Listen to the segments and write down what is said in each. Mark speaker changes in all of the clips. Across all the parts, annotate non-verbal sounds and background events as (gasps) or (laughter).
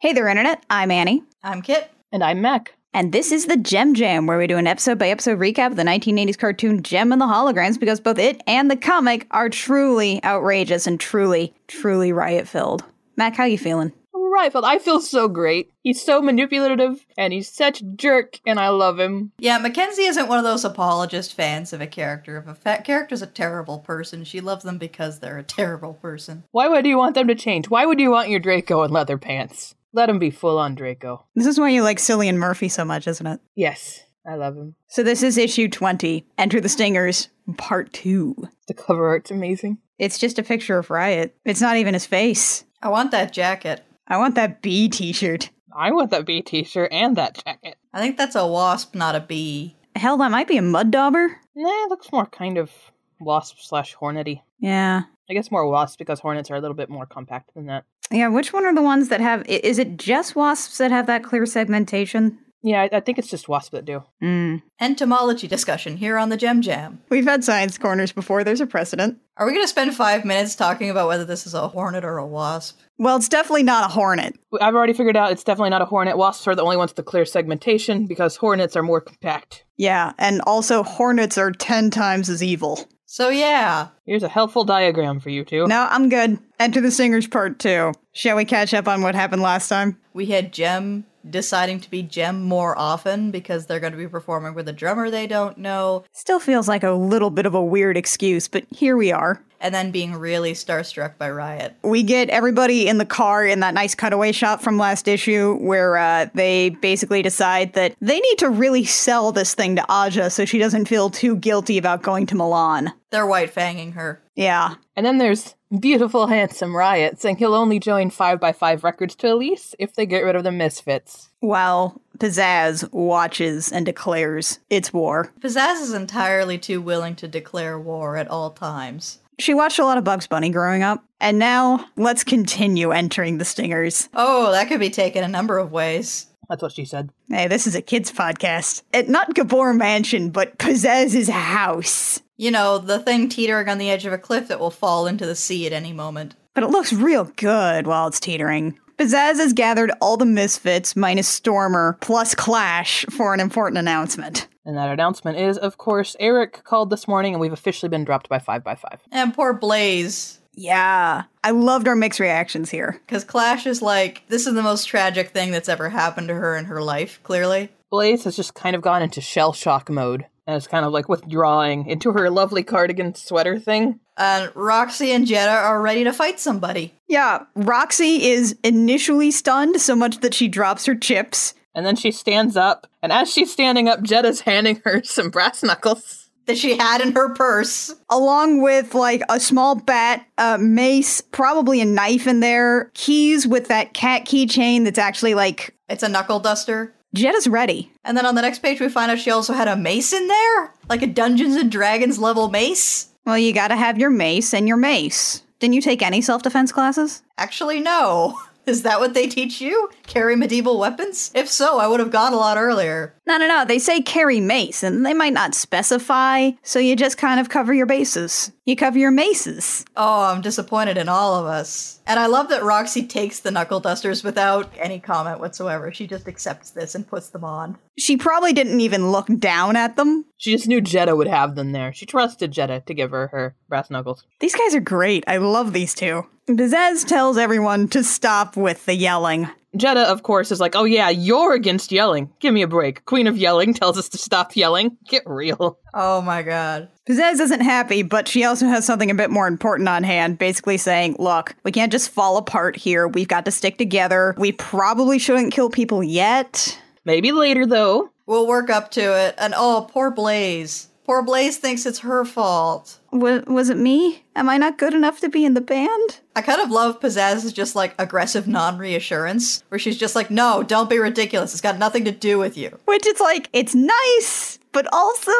Speaker 1: Hey there, Internet. I'm Annie.
Speaker 2: I'm Kit.
Speaker 3: And I'm Mac.
Speaker 1: And this is the Gem Jam, where we do an episode by episode recap of the 1980s cartoon Gem and the Holograms because both it and the comic are truly outrageous and truly, truly riot filled. Mac, how you feeling?
Speaker 3: Rifled. I feel so great. He's so manipulative and he's such a jerk and I love him.
Speaker 2: Yeah, Mackenzie isn't one of those apologist fans of a character. If a fa- character's a terrible person, she loves them because they're a (laughs) terrible person.
Speaker 3: Why would you want them to change? Why would you want your Draco in leather pants? Let him be full on Draco.
Speaker 1: This is why you like Cillian Murphy so much, isn't it?
Speaker 3: Yes, I love him.
Speaker 1: So this is issue 20, Enter the Stingers, part two.
Speaker 3: The cover art's amazing.
Speaker 1: It's just a picture of Riot. It's not even his face.
Speaker 2: I want that jacket.
Speaker 1: I want that bee t-shirt.
Speaker 3: I want that bee t shirt and that jacket.
Speaker 2: I think that's a wasp, not a bee.
Speaker 1: Hell, that might be a mud dauber.
Speaker 3: Nah, it looks more kind of wasp slash hornety.
Speaker 1: Yeah.
Speaker 3: I guess more wasp because hornets are a little bit more compact than that.
Speaker 1: Yeah, which one are the ones that have i- is it just wasps that have that clear segmentation?
Speaker 3: Yeah, I, I think it's just wasps that do.
Speaker 1: Mm.
Speaker 2: Entomology discussion here on the Gem Jam.
Speaker 1: We've had science corners before, there's a precedent.
Speaker 2: Are we going to spend five minutes talking about whether this is a hornet or a wasp?
Speaker 1: Well, it's definitely not a hornet.
Speaker 3: I've already figured out it's definitely not a hornet. Wasps are the only ones with the clear segmentation because hornets are more compact.
Speaker 1: Yeah, and also hornets are 10 times as evil.
Speaker 2: So, yeah.
Speaker 3: Here's a helpful diagram for you two.
Speaker 1: No, I'm good. Enter the Singers Part 2. Shall we catch up on what happened last time?
Speaker 2: We had Gem deciding to be Gem more often because they're going to be performing with a drummer they don't know,
Speaker 1: Still feels like a little bit of a weird excuse, but here we are.
Speaker 2: and then being really starstruck by Riot.
Speaker 1: We get everybody in the car in that nice cutaway shot from last issue where uh, they basically decide that they need to really sell this thing to Aja so she doesn't feel too guilty about going to Milan.
Speaker 2: They're white fanging her.
Speaker 1: Yeah.
Speaker 3: And then there's beautiful, handsome Riot saying he'll only join 5x5 Records to Elise if they get rid of the Misfits.
Speaker 1: While Pizzazz watches and declares it's war.
Speaker 2: Pizzazz is entirely too willing to declare war at all times.
Speaker 1: She watched a lot of Bugs Bunny growing up. And now let's continue entering the Stingers.
Speaker 2: Oh, that could be taken a number of ways.
Speaker 3: That's what she said.
Speaker 1: Hey, this is a kids' podcast. At not Gabor Mansion, but Pizzazz's house.
Speaker 2: You know, the thing teetering on the edge of a cliff that will fall into the sea at any moment.
Speaker 1: But it looks real good while it's teetering. Pizzazz has gathered all the misfits minus Stormer plus Clash for an important announcement.
Speaker 3: And that announcement is, of course, Eric called this morning and we've officially been dropped by 5x5.
Speaker 2: And poor Blaze,
Speaker 1: Yeah. I loved our mixed reactions here.
Speaker 2: because Clash is like, this is the most tragic thing that's ever happened to her in her life, clearly.
Speaker 3: Blaze has just kind of gone into shell shock mode and is kind of like withdrawing into her lovely cardigan sweater thing.
Speaker 2: And Roxy and Jetta are ready to fight somebody.
Speaker 1: Yeah, Roxy is initially stunned so much that she drops her chips.
Speaker 3: And then she stands up, and as she's standing up, Jetta's handing her (laughs) some brass knuckles.
Speaker 2: That she had in her purse.
Speaker 1: along with like a small bat, a mace, probably a knife in there, keys with that cat keychain that's actually like
Speaker 2: It's a knuckle duster.
Speaker 1: Jetta's ready.
Speaker 2: And then on the next page, we find out she also had a mace in there? Like a Dungeons and Dragons level mace?
Speaker 1: Well, you gotta have your mace and your mace. Didn't you take any self defense classes?
Speaker 2: Actually, no. (laughs) Is that what they teach you? Carry medieval weapons? If so, I would have gone a lot earlier.
Speaker 1: No, no, no. They say carry mace, and they might not specify, so you just kind of cover your bases. You cover your maces.
Speaker 2: Oh, I'm disappointed in all of us. And I love that Roxy takes the knuckle dusters without any comment whatsoever. She just accepts this and puts them on.
Speaker 1: She probably didn't even look down at them.
Speaker 3: She just knew Jetta would have them there. She trusted Jetta to give her her brass knuckles.
Speaker 1: These guys are great. I love these two. Bizez tells everyone to stop with the yelling.
Speaker 3: Jetta, of course, is like, oh yeah, you're against yelling. Give me a break. Queen of Yelling tells us to stop yelling. (laughs) Get real.
Speaker 2: Oh my god.
Speaker 1: Pizzazz isn't happy, but she also has something a bit more important on hand, basically saying, look, we can't just fall apart here. We've got to stick together. We probably shouldn't kill people yet.
Speaker 3: Maybe later, though.
Speaker 2: We'll work up to it. And oh, poor Blaze. Poor Blaze thinks it's her fault.
Speaker 1: W- was it me? Am I not good enough to be in the band?
Speaker 2: I kind of love Pizzazz's just like aggressive non reassurance, where she's just like, no, don't be ridiculous. It's got nothing to do with you.
Speaker 1: Which it's like, it's nice, but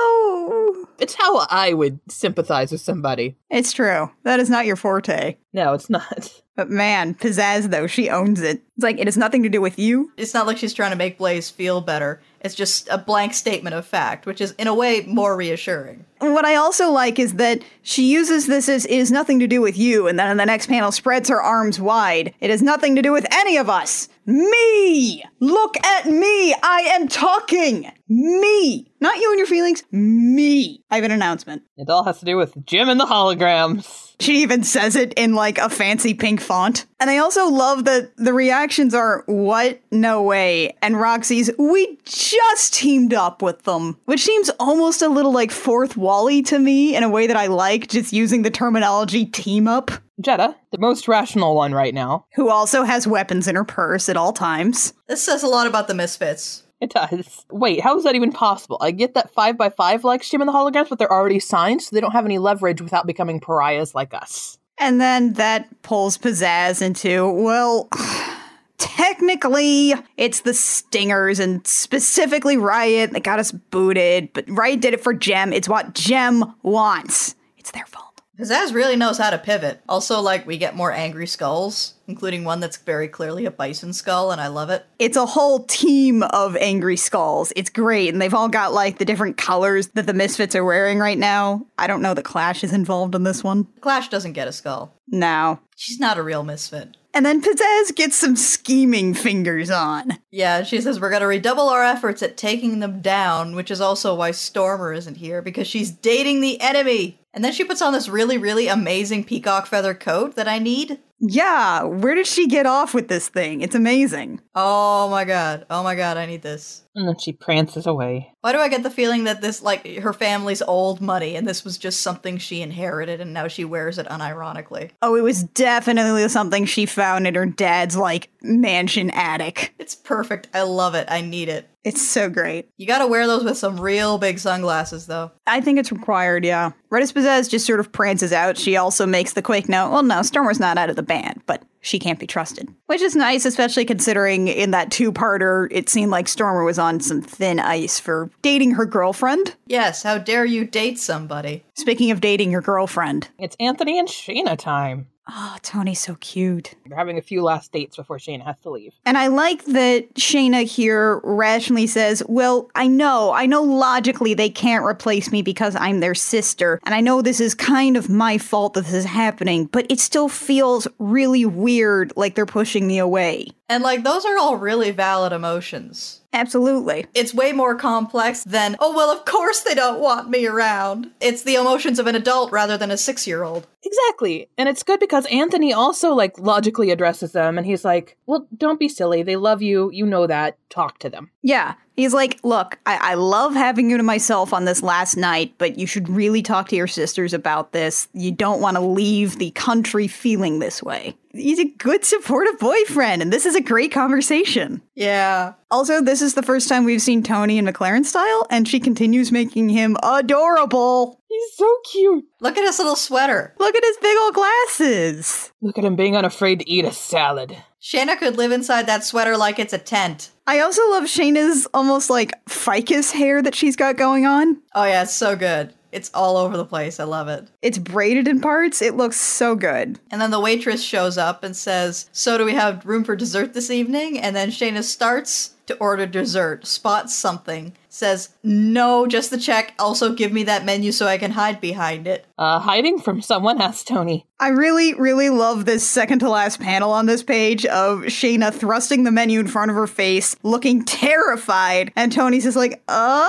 Speaker 1: also.
Speaker 3: It's how I would sympathize with somebody.
Speaker 1: It's true. That is not your forte.
Speaker 3: No, it's not. (laughs)
Speaker 1: But man, Pizzazz, though, she owns it. It's like, it has nothing to do with you.
Speaker 2: it's not like she's trying to make Blaze feel better. It's just a blank statement of fact, which is in a way more reassuring.
Speaker 1: What I also like is that she uses this as it has nothing to do with you, and then in the next panel spreads her arms wide. It has nothing to do with any of us. Me! Look at me! I am talking! Me! Not you and your feelings, me! I have an announcement.
Speaker 3: It all has to do with Jim and the holograms.
Speaker 1: She even says it in like a fancy pink font. And I also love that the reactions are, what? No way. And Roxy's, we just teamed up with them, which seems almost a little like fourth Wally to me in a way that I like, just using the terminology team up.
Speaker 3: Jetta, the most rational one right now.
Speaker 1: Who also has weapons in her purse at all times.
Speaker 2: This says a lot about the misfits.
Speaker 3: It does. Wait, how is that even possible? I get that 5 by 5 likes Jim and the holograms, but they're already signed, so they don't have any leverage without becoming pariahs like us.
Speaker 1: And then that pulls Pizzazz into, well, (sighs) technically it's the Stingers and specifically Riot that got us booted, but Riot did it for Gem. It's what Gem wants. It's their fault.
Speaker 2: Pizzazz really knows how to pivot. Also, like, we get more angry skulls, including one that's very clearly a bison skull, and I love it.
Speaker 1: It's a whole team of angry skulls. It's great, and they've all got like the different colors that the Misfits are wearing right now. I don't know that Clash is involved in this one.
Speaker 2: Clash doesn't get a skull.
Speaker 1: No.
Speaker 2: She's not a real misfit.
Speaker 1: And then Pizzazz gets some scheming fingers on.
Speaker 2: Yeah, she says we're going to redouble our efforts at taking them down, which is also why Stormer isn't here, because she's dating the enemy. And then she puts on this really, really amazing peacock feather coat that I need.
Speaker 1: Yeah, where did she get off with this thing? It's amazing.
Speaker 2: Oh my god. Oh my god, I need this.
Speaker 3: And then she prances away.
Speaker 2: Why do I get the feeling that this, like, her family's old money and this was just something she inherited and now she wears it unironically?
Speaker 1: Oh, it was definitely something she found in her dad's, like, mansion attic.
Speaker 2: It's perfect. I love it. I need it.
Speaker 1: It's so great.
Speaker 2: You gotta wear those with some real big sunglasses, though.
Speaker 1: I think it's required, yeah. Redis Pizzazz just sort of prances out. She also makes the quick note well, no, Stormer's not out of the band, but she can't be trusted. Which is nice, especially considering in that two parter, it seemed like Stormer was on some thin ice for dating her girlfriend.
Speaker 2: Yes, how dare you date somebody?
Speaker 1: Speaking of dating your girlfriend,
Speaker 3: It's Anthony and Shayna time.
Speaker 1: oh, Tony's so cute.
Speaker 3: They're having a few last dates before Shayna has to leave.
Speaker 1: And I like that Shayna here rationally says, Well, I know, I know logically they can't replace me because I'm their sister. And I know this is kind of my fault that this is happening, but it still feels really weird like they're pushing me away.
Speaker 2: And, like, those are all really valid emotions.
Speaker 1: Absolutely.
Speaker 2: It's way more complex than, oh, well, of course they don't want me around. It's the emotions of an adult rather than a six year old.
Speaker 3: Exactly. And it's good because Anthony also like logically addresses them and he's like, "Well, don't be silly. They love you. You know that. Talk to them."
Speaker 1: Yeah. He's like, Look, I-, I love having you to myself on this last night, but you should really talk to your sisters about this. You don't want to leave the country feeling this way. He's a good, supportive boyfriend, and this is a great conversation.
Speaker 2: Yeah.
Speaker 1: Also, this is the first time we've seen Tony in McLaren style, and she continues making him adorable.
Speaker 3: He's so cute.
Speaker 2: Look at his little sweater.
Speaker 1: Look at his big old glasses.
Speaker 3: Look at him being unafraid to eat a salad.
Speaker 2: Shayna could live inside that sweater like it's a tent.
Speaker 1: I also love Shayna's almost like ficus hair that she's got going on.
Speaker 2: Oh, yeah, it's so good. It's all over the place. I love it.
Speaker 1: It's braided in parts. It looks so good.
Speaker 2: And then the waitress shows up and says, So, do we have room for dessert this evening? And then Shayna starts to order dessert, spots something, says, No, just the check. Also, give me that menu so I can hide behind it.
Speaker 3: Uh, hiding from someone (laughs) asked Tony.
Speaker 1: I really, really love this second to last panel on this page of Shayna thrusting the menu in front of her face, looking terrified, and Tony's just like, uh?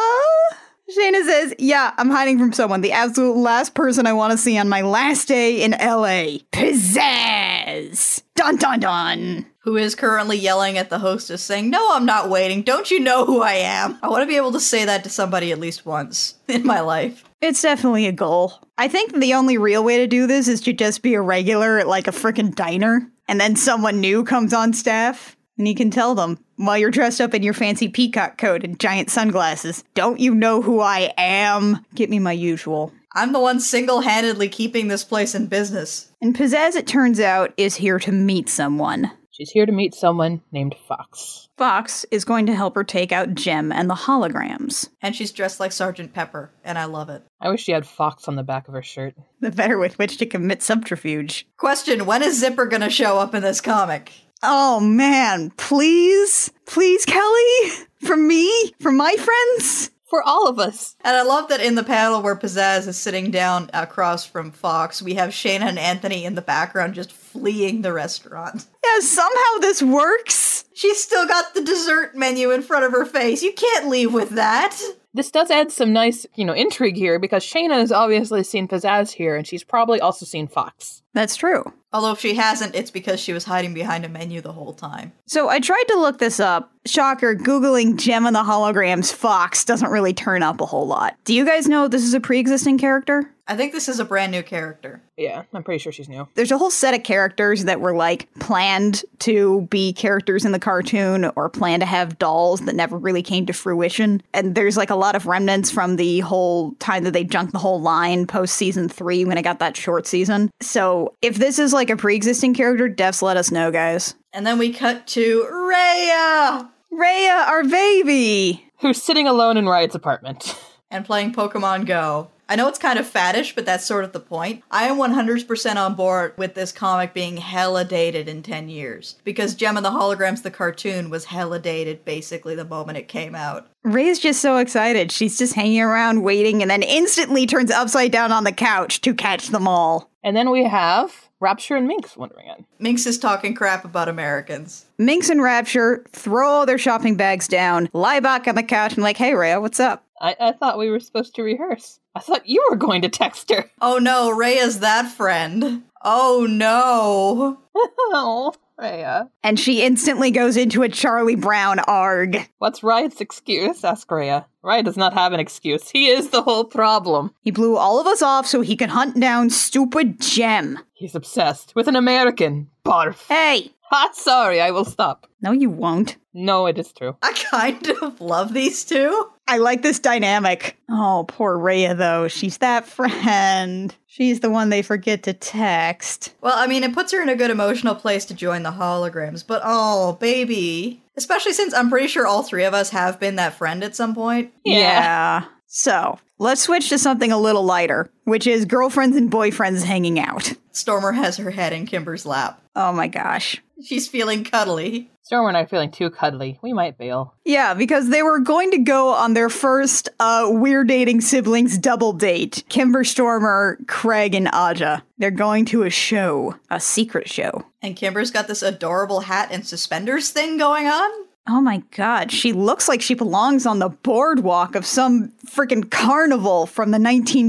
Speaker 1: Shayna says, Yeah, I'm hiding from someone, the absolute last person I want to see on my last day in LA. Pizzazz! Dun dun dun!
Speaker 2: Who is currently yelling at the hostess, saying, No, I'm not waiting. Don't you know who I am? I want to be able to say that to somebody at least once (laughs) in my life.
Speaker 1: It's definitely a goal. I think the only real way to do this is to just be a regular at like a freaking diner, and then someone new comes on staff, and you can tell them while you're dressed up in your fancy peacock coat and giant sunglasses, don't you know who I am? Get me my usual.
Speaker 2: I'm the one single handedly keeping this place in business.
Speaker 1: And Pizzazz, it turns out, is here to meet someone.
Speaker 3: She's here to meet someone named Fox.
Speaker 1: Fox is going to help her take out Jim and the holograms.
Speaker 2: And she's dressed like Sergeant Pepper, and I love it.
Speaker 3: I wish she had Fox on the back of her shirt.
Speaker 1: The better with which to commit subterfuge.
Speaker 2: Question When is Zipper gonna show up in this comic?
Speaker 1: Oh man, please, please, Kelly, for me, for my friends.
Speaker 3: For all of us.
Speaker 2: And I love that in the panel where Pizzazz is sitting down across from Fox, we have Shayna and Anthony in the background just fleeing the restaurant.
Speaker 1: Yeah, somehow this works.
Speaker 2: She's still got the dessert menu in front of her face. You can't leave with that.
Speaker 3: This does add some nice, you know, intrigue here because Shayna has obviously seen Pizzazz here, and she's probably also seen Fox.
Speaker 1: That's true.
Speaker 2: Although if she hasn't, it's because she was hiding behind a menu the whole time.
Speaker 1: So I tried to look this up. Shocker, Googling Gem and the Holograms Fox doesn't really turn up a whole lot. Do you guys know this is a pre existing character?
Speaker 2: I think this is a brand new character.
Speaker 3: Yeah, I'm pretty sure she's new.
Speaker 1: There's a whole set of characters that were like planned to be characters in the cartoon or planned to have dolls that never really came to fruition. And there's like a lot of remnants from the whole time that they junked the whole line post season three when I got that short season. So if this is like a pre existing character, Defs let us know, guys.
Speaker 2: And then we cut to Raya
Speaker 1: Rhea, our baby!
Speaker 3: Who's sitting alone in Riot's apartment? (laughs)
Speaker 2: and playing Pokemon Go. I know it's kind of faddish, but that's sort of the point. I am 100% on board with this comic being hella dated in 10 years because Gem and the Holograms, the cartoon, was hella dated basically the moment it came out.
Speaker 1: Ray's just so excited. She's just hanging around waiting and then instantly turns upside down on the couch to catch them all.
Speaker 3: And then we have Rapture and Minx wandering in.
Speaker 2: Minx is talking crap about Americans.
Speaker 1: Minx and Rapture throw all their shopping bags down, lie back on the couch, and like, hey, Rhea, what's up?
Speaker 3: I, I thought we were supposed to rehearse. I thought you were going to text her. (laughs)
Speaker 2: Oh no, Raya's that friend. Oh no.
Speaker 3: Oh, Raya.
Speaker 1: And she instantly goes into a Charlie Brown arg.
Speaker 3: What's Riot's excuse? Asked Raya. Riot does not have an excuse. He is the whole problem.
Speaker 1: He blew all of us off so he could hunt down stupid Gem.
Speaker 3: He's obsessed with an American. Barf.
Speaker 1: Hey!
Speaker 3: Ah, sorry, I will stop.
Speaker 1: No, you won't.
Speaker 3: No, it is true.
Speaker 2: I kind of love these two.
Speaker 1: I like this dynamic. Oh, poor Rhea, though. She's that friend. She's the one they forget to text.
Speaker 2: Well, I mean, it puts her in a good emotional place to join the holograms, but oh, baby. Especially since I'm pretty sure all three of us have been that friend at some point.
Speaker 3: Yeah.
Speaker 1: yeah. So let's switch to something a little lighter, which is girlfriends and boyfriends hanging out.
Speaker 2: Stormer has her head in Kimber's lap.
Speaker 1: Oh my gosh.
Speaker 2: She's feeling cuddly.
Speaker 3: Storm and I are feeling too cuddly. We might bail.
Speaker 1: Yeah, because they were going to go on their first uh, We're Dating Siblings double date. Kimber Stormer, Craig, and Aja. They're going to a show, a secret show.
Speaker 2: And Kimber's got this adorable hat and suspenders thing going on.
Speaker 1: Oh my god, she looks like she belongs on the boardwalk of some freaking carnival from the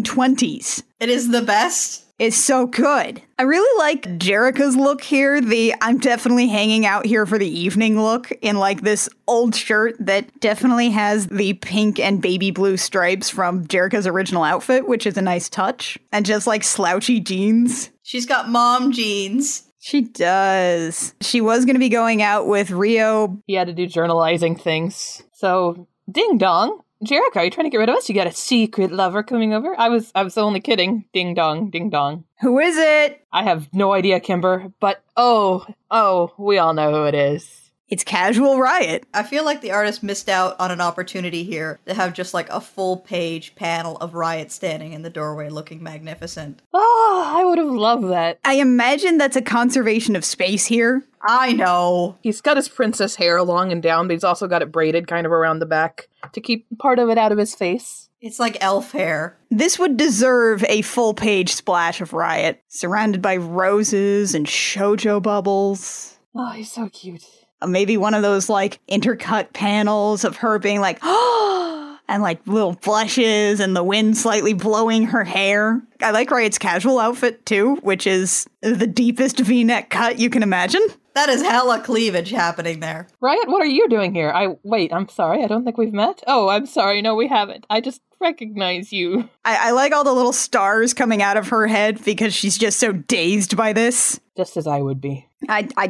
Speaker 1: 1920s.
Speaker 2: It is the best.
Speaker 1: It's so good. I really like Jerica's look here, the I'm definitely hanging out here for the evening look in like this old shirt that definitely has the pink and baby blue stripes from Jerica's original outfit, which is a nice touch, and just like slouchy jeans.
Speaker 2: She's got mom jeans.
Speaker 1: She does. She was going to be going out with Rio.
Speaker 3: He had to do journalizing things. So, ding dong. Jericho, are you trying to get rid of us? You got a secret lover coming over? I was I was only kidding. Ding dong, ding dong.
Speaker 1: Who is it?
Speaker 3: I have no idea, Kimber, but oh, oh, we all know who it is.
Speaker 1: It's Casual Riot.
Speaker 2: I feel like the artist missed out on an opportunity here to have just like a full page panel of Riot standing in the doorway looking magnificent.
Speaker 3: Oh, I would have loved that.
Speaker 1: I imagine that's a conservation of space here.
Speaker 2: I know.
Speaker 3: He's got his princess hair long and down, but he's also got it braided kind of around the back to keep part of it out of his face.
Speaker 2: It's like elf hair.
Speaker 1: This would deserve a full page splash of Riot, surrounded by roses and shojo bubbles.
Speaker 3: Oh, he's so cute.
Speaker 1: Uh, Maybe one of those like intercut panels of her being like, (gasps) oh, and like little blushes and the wind slightly blowing her hair. I like Riot's casual outfit too, which is the deepest v neck cut you can imagine.
Speaker 2: That is hella cleavage happening there.
Speaker 3: Riot, what are you doing here? I wait, I'm sorry, I don't think we've met. Oh, I'm sorry, no, we haven't. I just recognize you.
Speaker 1: I, I like all the little stars coming out of her head because she's just so dazed by this.
Speaker 3: Just as I would be.
Speaker 1: I, I,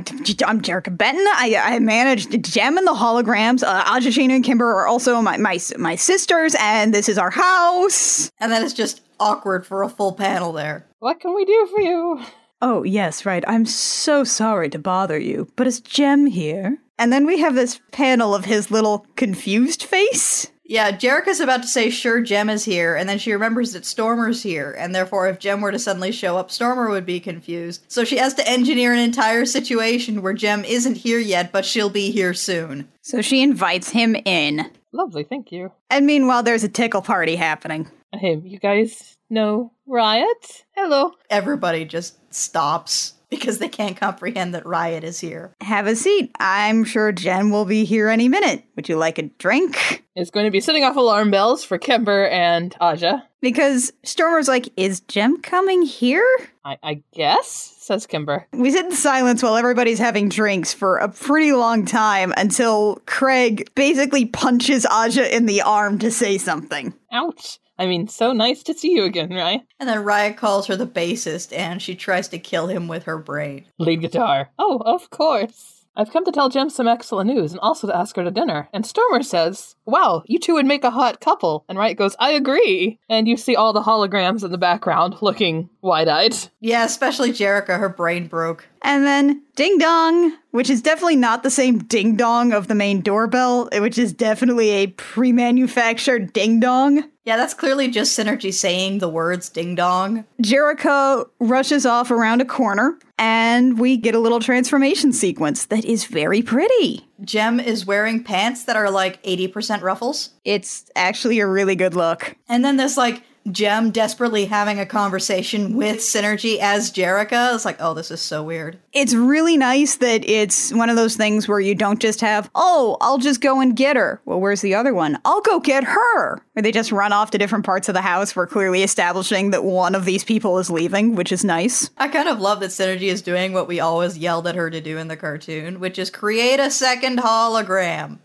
Speaker 1: I'm Jerrica Benton. I, I managed Gem and the holograms. Uh, Aja, Shayna, and Kimber are also my, my my sisters, and this is our house.
Speaker 2: And then it's just awkward for a full panel there.
Speaker 3: What can we do for you?
Speaker 1: Oh, yes, right. I'm so sorry to bother you, but it's Gem here? And then we have this panel of his little confused face.
Speaker 2: Yeah, Jerica's about to say, sure, Jem is here, and then she remembers that Stormer's here, and therefore, if Jem were to suddenly show up, Stormer would be confused. So she has to engineer an entire situation where Jem isn't here yet, but she'll be here soon.
Speaker 1: So she invites him in.
Speaker 3: Lovely, thank you.
Speaker 1: And meanwhile, there's a tickle party happening.
Speaker 3: Hey, you guys know Riot? Hello.
Speaker 2: Everybody just stops. because they can't comprehend that Riot is here.
Speaker 1: Have a seat. I'm sure Jen will be here any minute. Would you like a drink?
Speaker 3: It's going to be setting off alarm bells for Kemper and Aja.
Speaker 1: Because Stormer's like, is Jem coming here?
Speaker 3: I, I guess, says Kimber.
Speaker 1: We sit in silence while everybody's having drinks for a pretty long time until Craig basically punches Aja in the arm to say something.
Speaker 3: Ouch. I mean, so nice to see you again, right?
Speaker 2: And then Riot calls her the bassist and she tries to kill him with her braid.
Speaker 3: Lead guitar. Oh, of course. I've come to tell Jem some excellent news and also to ask her to dinner. And Stormer says, Wow, you two would make a hot couple. And Wright goes, I agree. And you see all the holograms in the background looking wide eyed.
Speaker 2: Yeah, especially Jerica, her brain broke.
Speaker 1: And then ding dong, which is definitely not the same ding dong of the main doorbell, which is definitely a pre manufactured ding dong.
Speaker 2: Yeah, that's clearly just Synergy saying the words ding dong.
Speaker 1: Jericho rushes off around a corner, and we get a little transformation sequence that is very pretty.
Speaker 2: Jem is wearing pants that are like 80% ruffles.
Speaker 1: It's actually a really good look.
Speaker 2: And then there's like Jem desperately having a conversation with Synergy as Jerica. It's like, oh, this is so weird.
Speaker 1: It's really nice that it's one of those things where you don't just have, oh, I'll just go and get her. Well, where's the other one? I'll go get her. Where they just run off to different parts of the house. We're clearly establishing that one of these people is leaving, which is nice.
Speaker 2: I kind of love that Synergy is doing what we always yelled at her to do in the cartoon, which is create a second hologram.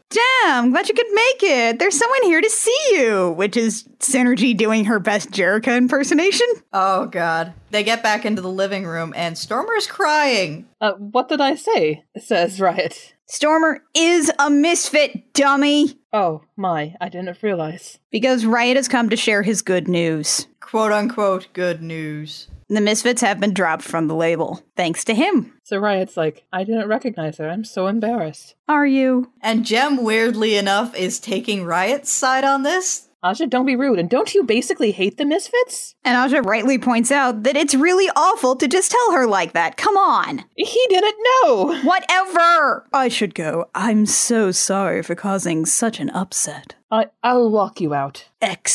Speaker 1: Damn, glad you could make it. There's someone here to see you, which is Synergy doing her best Jerica impersonation.
Speaker 2: Oh, God. They get back into the living room and Stormer's crying.
Speaker 3: Uh, what did I say? says Riot.
Speaker 1: Stormer is a misfit dummy
Speaker 3: Oh, my, I didn't realize.
Speaker 1: because Riot has come to share his good news.
Speaker 2: Quote unquote, good news.
Speaker 1: The Misfits have been dropped from the label, thanks to him.
Speaker 3: So Riot's like, I didn't recognize her. I'm so embarrassed.
Speaker 1: Are you?
Speaker 2: And Jem, weirdly enough, is taking Riot's side on this.
Speaker 3: Aja, don't be rude. And don't you basically hate the Misfits?
Speaker 1: And Aja rightly points out that it's really awful to just tell her like that. Come on.
Speaker 3: He didn't know.
Speaker 1: Whatever. I should go. I'm so sorry for causing such an upset.
Speaker 3: I, I'll walk you out.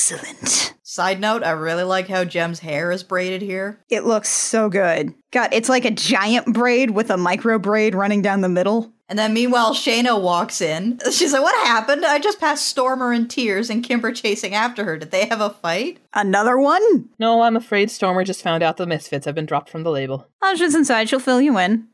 Speaker 1: Excellent.
Speaker 2: Side note, I really like how Jem's hair is braided here.
Speaker 1: It looks so good. God, it's like a giant braid with a micro braid running down the middle.
Speaker 2: And then meanwhile, Shayna walks in. (laughs) She's like, What happened? I just passed Stormer in tears and Kimber chasing after her. Did they have a fight?
Speaker 1: Another one?
Speaker 3: No, I'm afraid Stormer just found out the Misfits have been dropped from the label.
Speaker 1: Aja's inside. She'll fill you in.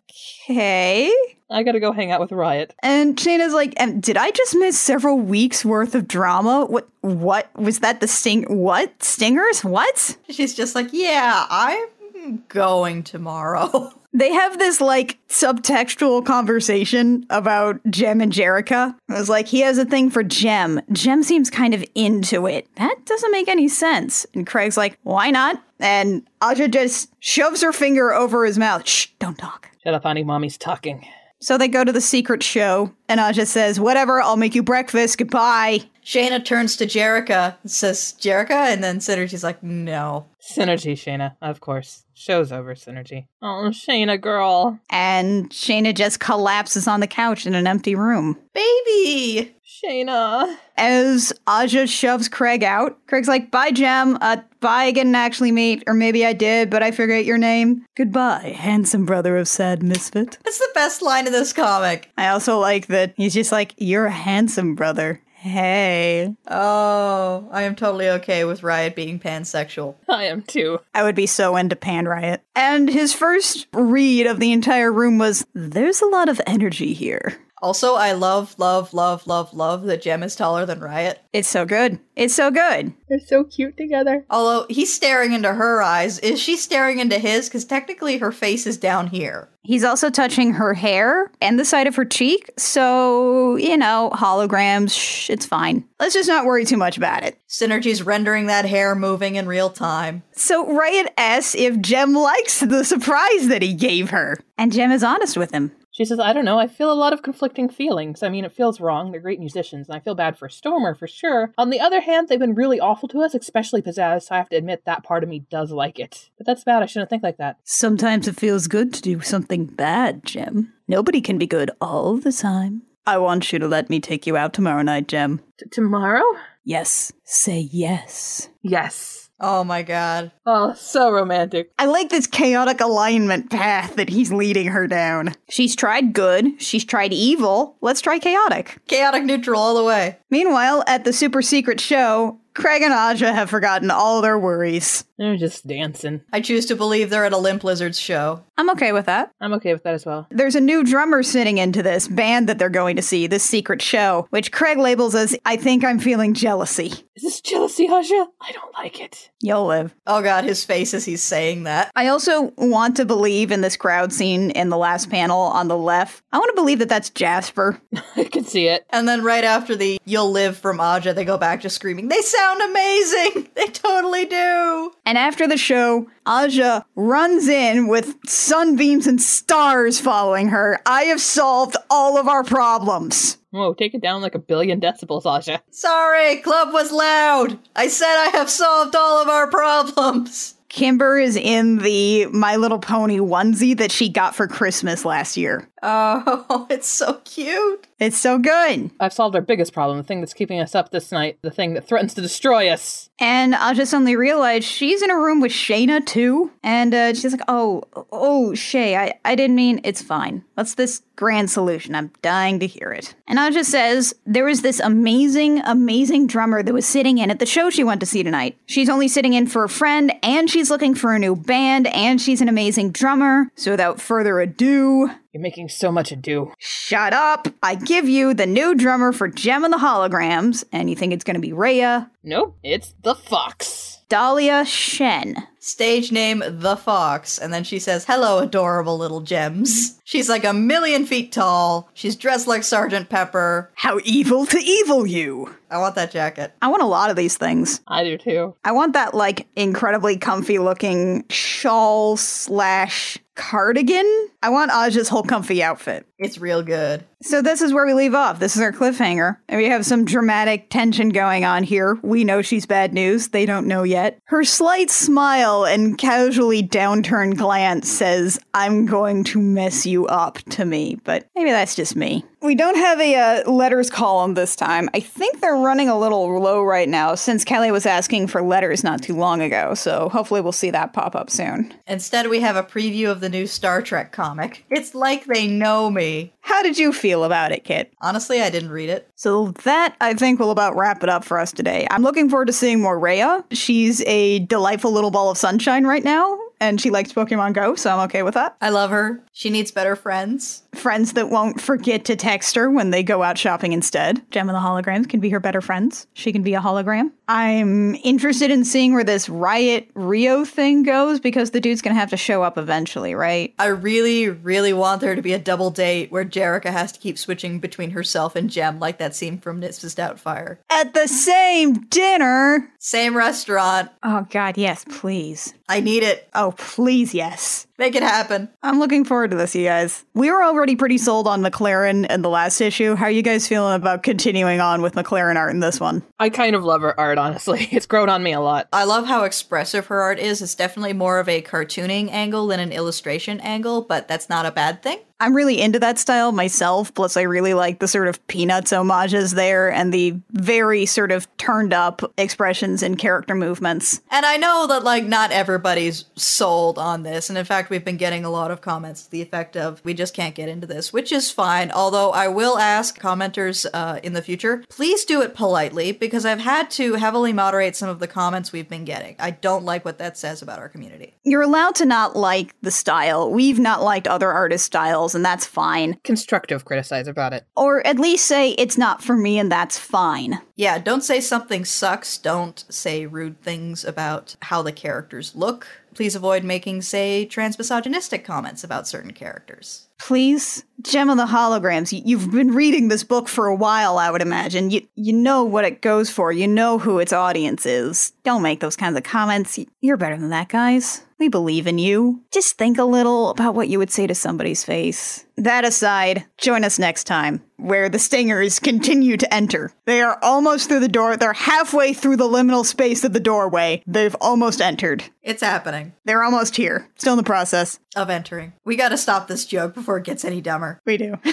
Speaker 1: Okay.
Speaker 3: I gotta go hang out with Riot.
Speaker 1: And Shayna's like, um, did I just miss several weeks worth of drama? What? What was that? The sting? What stingers? What?
Speaker 2: She's just like, Yeah, I'm going tomorrow. (laughs)
Speaker 1: They have this like subtextual conversation about Jem and Jerica. It was like he has a thing for Jem. Jem seems kind of into it. That doesn't make any sense. And Craig's like, why not? And Aja just shoves her finger over his mouth. Shh, don't talk.
Speaker 3: Shut up, honey. Mommy's talking.
Speaker 1: So they go to the secret show, and Aja says, Whatever, I'll make you breakfast. Goodbye.
Speaker 2: Shayna turns to Jerica and says, Jerica? And then Synergy's like, No.
Speaker 3: Synergy, Shayna. Of course. Show's over, Synergy. Oh, Shayna, girl.
Speaker 1: And Shayna just collapses on the couch in an empty room.
Speaker 2: Baby!
Speaker 3: Shayna.
Speaker 1: As Aja shoves Craig out, Craig's like, Bye, Jem. Uh, bye, I didn't actually meet, or maybe I did, but I forget your name. Goodbye, handsome brother of sad misfit.
Speaker 2: That's the best line of this comic.
Speaker 1: I also like that he's just like, You're a handsome brother. Hey.
Speaker 2: Oh, I am totally okay with Riot being pansexual.
Speaker 3: I am too.
Speaker 1: I would be so into Pan Riot. And his first read of the entire room was, There's a lot of energy here.
Speaker 2: Also, I love, love, love, love, love that Jem is taller than Riot.
Speaker 1: It's so good. It's so good.
Speaker 3: They're so cute together.
Speaker 2: Although he's staring into her eyes, is she staring into his? Because technically her face is down here.
Speaker 1: He's also touching her hair and the side of her cheek. So, you know, holograms, shh, it's fine. Let's just not worry too much about it.
Speaker 2: Synergy's rendering that hair moving in real time.
Speaker 1: So, Riot asks if Jem likes the surprise that he gave her. And Jem is honest with him.
Speaker 3: She says, I don't know, I feel a lot of conflicting feelings. I mean, it feels wrong. They're great musicians, and I feel bad for Stormer for sure. On the other hand, they've been really awful to us, especially Pizzazz. So I have to admit that part of me does like it. But that's bad. I shouldn't think like that.
Speaker 1: Sometimes it feels good to do something bad, Jem. Nobody can be good all the time. I want you to let me take you out tomorrow night, Jem.
Speaker 3: T- tomorrow?
Speaker 1: Yes. Say yes.
Speaker 3: Yes.
Speaker 2: Oh my god.
Speaker 3: Oh, so romantic.
Speaker 1: I like this chaotic alignment path that he's leading her down. She's tried good, she's tried evil, let's try chaotic.
Speaker 2: Chaotic neutral all the way.
Speaker 1: Meanwhile, at the super secret show, Craig and Aja have forgotten all their worries.
Speaker 3: They're just dancing.
Speaker 2: I choose to believe they're at a Limp Lizards show.
Speaker 1: I'm okay with that.
Speaker 3: I'm okay with that as well.
Speaker 1: There's a new drummer sitting into this band that they're going to see, this secret show, which Craig labels as I think I'm feeling jealousy.
Speaker 3: Is this jealousy, Husha? I don't like it. (laughs)
Speaker 1: You'll live.
Speaker 2: Oh god, his face as he's saying that.
Speaker 1: I also want to believe in this crowd scene in the last panel on the left. I want to believe that that's Jasper.
Speaker 3: I can see it.
Speaker 2: And then right after the you'll live from Aja, they go back to screaming, They sound amazing! (laughs) They totally do!
Speaker 1: And after the show, Aja runs in with sunbeams and stars following her. I have solved all of our problems.
Speaker 3: Whoa, take it down like a billion decibels, Asha.
Speaker 2: Sorry, club was loud! I said I have solved all of our problems! (laughs)
Speaker 1: Kimber is in the My Little Pony onesie that she got for Christmas last year.
Speaker 2: Oh, (laughs) it's so cute.
Speaker 1: It's so good.
Speaker 3: I've solved our biggest problem, the thing that's keeping us up this night, the thing that threatens to destroy us.
Speaker 1: And I just suddenly realized she's in a room with Shayna too. And uh, she's like, oh, oh, Shay, I, I didn't mean it's fine. What's this grand solution? I'm dying to hear it. And Aja says, there was this amazing, amazing drummer that was sitting in at the show she went to see tonight. She's only sitting in for a friend, and she's looking for a new band, and she's an amazing drummer. So without further ado,
Speaker 3: You're making so much ado.
Speaker 1: Shut up! I give you the new drummer for Gem and the Holograms, and you think it's gonna be Rhea,
Speaker 3: Nope, it's the fox.
Speaker 1: Dahlia Shen.
Speaker 2: Stage name The Fox, and then she says, Hello, adorable little gems. She's like a million feet tall. She's dressed like Sergeant Pepper.
Speaker 1: How evil to evil you!
Speaker 2: I want that jacket.
Speaker 1: I want a lot of these things.
Speaker 3: I do too.
Speaker 1: I want that, like, incredibly comfy looking shawl slash cardigan. I want Aja's whole comfy outfit.
Speaker 2: It's real good.
Speaker 1: So this is where we leave off. This is our cliffhanger. And we have some dramatic tension going on here. We know she's bad news. They don't know yet. Her slight smile and casually downturned glance says, I'm going to mess you up to me. But maybe that's just me. We don't have a uh, letters column this time. I think they're running a little low right now since Kelly was asking for letters not too long ago. So hopefully we'll see that pop up soon.
Speaker 2: Instead, we have a preview of the new Star Trek comic. It's like they know me.
Speaker 1: How did you feel about it, Kit?
Speaker 2: Honestly, I didn't read it.
Speaker 1: So that I think will about wrap it up for us today. I'm looking forward to seeing more Rhea. She's a delightful little ball of sunshine right now, and she likes Pokemon Go, so I'm okay with that.
Speaker 2: I love her. She needs better friends.
Speaker 1: Friends that won't forget to text her when they go out shopping instead. Gem and the holograms can be her better friends. She can be a hologram. I'm interested in seeing where this Riot Rio thing goes because the dude's gonna have to show up eventually, right?
Speaker 2: I really, really want there to be a double date where Jerica has to keep switching between herself and Jem, like that scene from Mrs. Doubtfire.
Speaker 1: At the same dinner.
Speaker 2: Same restaurant.
Speaker 1: Oh God, yes, please.
Speaker 2: I need it.
Speaker 1: Oh, please, yes.
Speaker 2: Make it happen.
Speaker 1: I'm looking forward to this, you guys. We were already pretty sold on McLaren in the last issue. How are you guys feeling about continuing on with McLaren art in this one?
Speaker 3: I kind of love her art, honestly. (laughs) It's grown on me a lot.
Speaker 2: I love how expressive her art is. It's definitely more of a cartooning angle than an illustration angle, but that's not a bad thing.
Speaker 1: I'm really into that style myself. Plus, I really like the sort of peanuts homages there and the very sort of turned up expressions and character movements.
Speaker 2: And I know that like not everybody's sold on this, and in fact, we've been getting a lot of comments to the effect of "we just can't get into this," which is fine. Although I will ask commenters uh, in the future, please do it politely because I've had to heavily moderate some of the comments we've been getting. I don't like what that says about our community.
Speaker 1: You're allowed to not like the style. We've not liked other artist styles, and that's fine.
Speaker 3: Constructive criticize about it.
Speaker 1: Or at least say it's not for me, and that's fine.
Speaker 2: Yeah, don't say something sucks. Don't say rude things about how the characters look. Please avoid making, say, transmisogynistic comments about certain characters.
Speaker 1: Please, Gem of the Holograms. y- You've been reading this book for a while, I would imagine. You you know what it goes for. You know who its audience is. Don't make those kinds of comments. Y- You're better than that, guys. We believe in you. Just think a little about what you would say to somebody's face. That aside, join us next time, where the stingers continue to enter. They are almost through the door. They're halfway through the liminal space of the doorway. They've almost entered.
Speaker 2: It's happening.
Speaker 1: They're almost here. Still in the process.
Speaker 2: Of entering. We gotta stop this joke before it gets any dumber.
Speaker 1: We do. (laughs)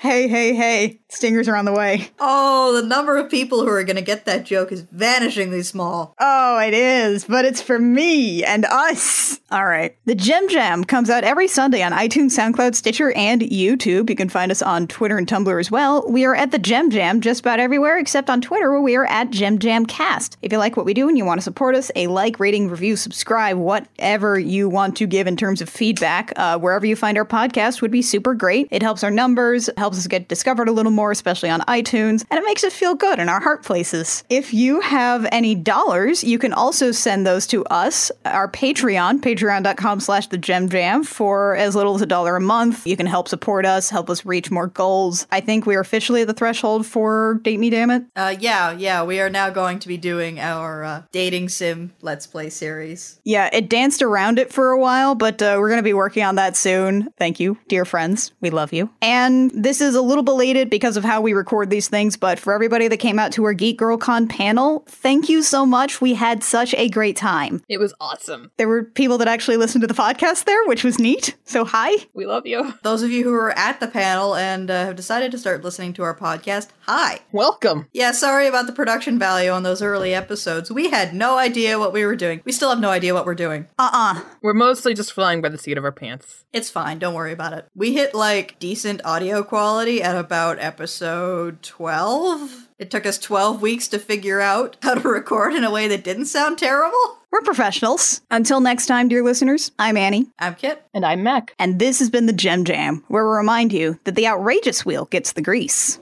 Speaker 1: Hey, hey, hey, stingers are on the way.
Speaker 2: Oh, the number of people who are going to get that joke is vanishingly small.
Speaker 1: Oh, it is, but it's for me and us. All right. The Gem Jam comes out every Sunday on iTunes, SoundCloud, Stitcher, and YouTube. You can find us on Twitter and Tumblr as well. We are at the Gem Jam just about everywhere, except on Twitter, where we are at Gem Jam Cast. If you like what we do and you want to support us, a like, rating, review, subscribe, whatever you want to give in terms of feedback, uh, wherever you find our podcast would be super great. It helps our numbers, helps us get discovered a little more, especially on iTunes, and it makes us feel good in our heart places. If you have any dollars, you can also send those to us, our Patreon, patreon.com slash the gem jam for as little as a dollar a month. You can help support us, help us reach more goals. I think we're officially at the threshold for Date Me Damn It.
Speaker 2: Uh, yeah, yeah, we are now going to be doing our uh, dating sim Let's Play series.
Speaker 1: Yeah, it danced around it for a while, but uh, we're going to be working on that soon. Thank you, dear friends. We love you. And this is a little belated because of how we record these things, but for everybody that came out to our Geek Girl Con panel, thank you so much. We had such a great time.
Speaker 3: It was awesome.
Speaker 1: There were people that actually listened to the podcast there, which was neat. So, hi.
Speaker 3: We love you. (laughs)
Speaker 2: Those of you who are at the panel and uh, have decided to start listening to our podcast, hi.
Speaker 3: Welcome.
Speaker 2: Yeah, sorry about the production value on those early episodes. We had no idea what we were doing. We still have no idea what we're doing.
Speaker 1: Uh uh
Speaker 3: We're mostly just flying by the seat of our pants.
Speaker 2: It's fine, don't worry about it. We hit like decent audio quality at about episode 12. It took us 12 weeks to figure out how to (laughs) record in a way that didn't sound terrible.
Speaker 1: We're professionals. Until next time, dear listeners, I'm Annie.
Speaker 2: I'm Kit.
Speaker 3: And I'm Mac.
Speaker 1: And this has been the Gem Jam, where we remind you that the outrageous wheel gets the grease.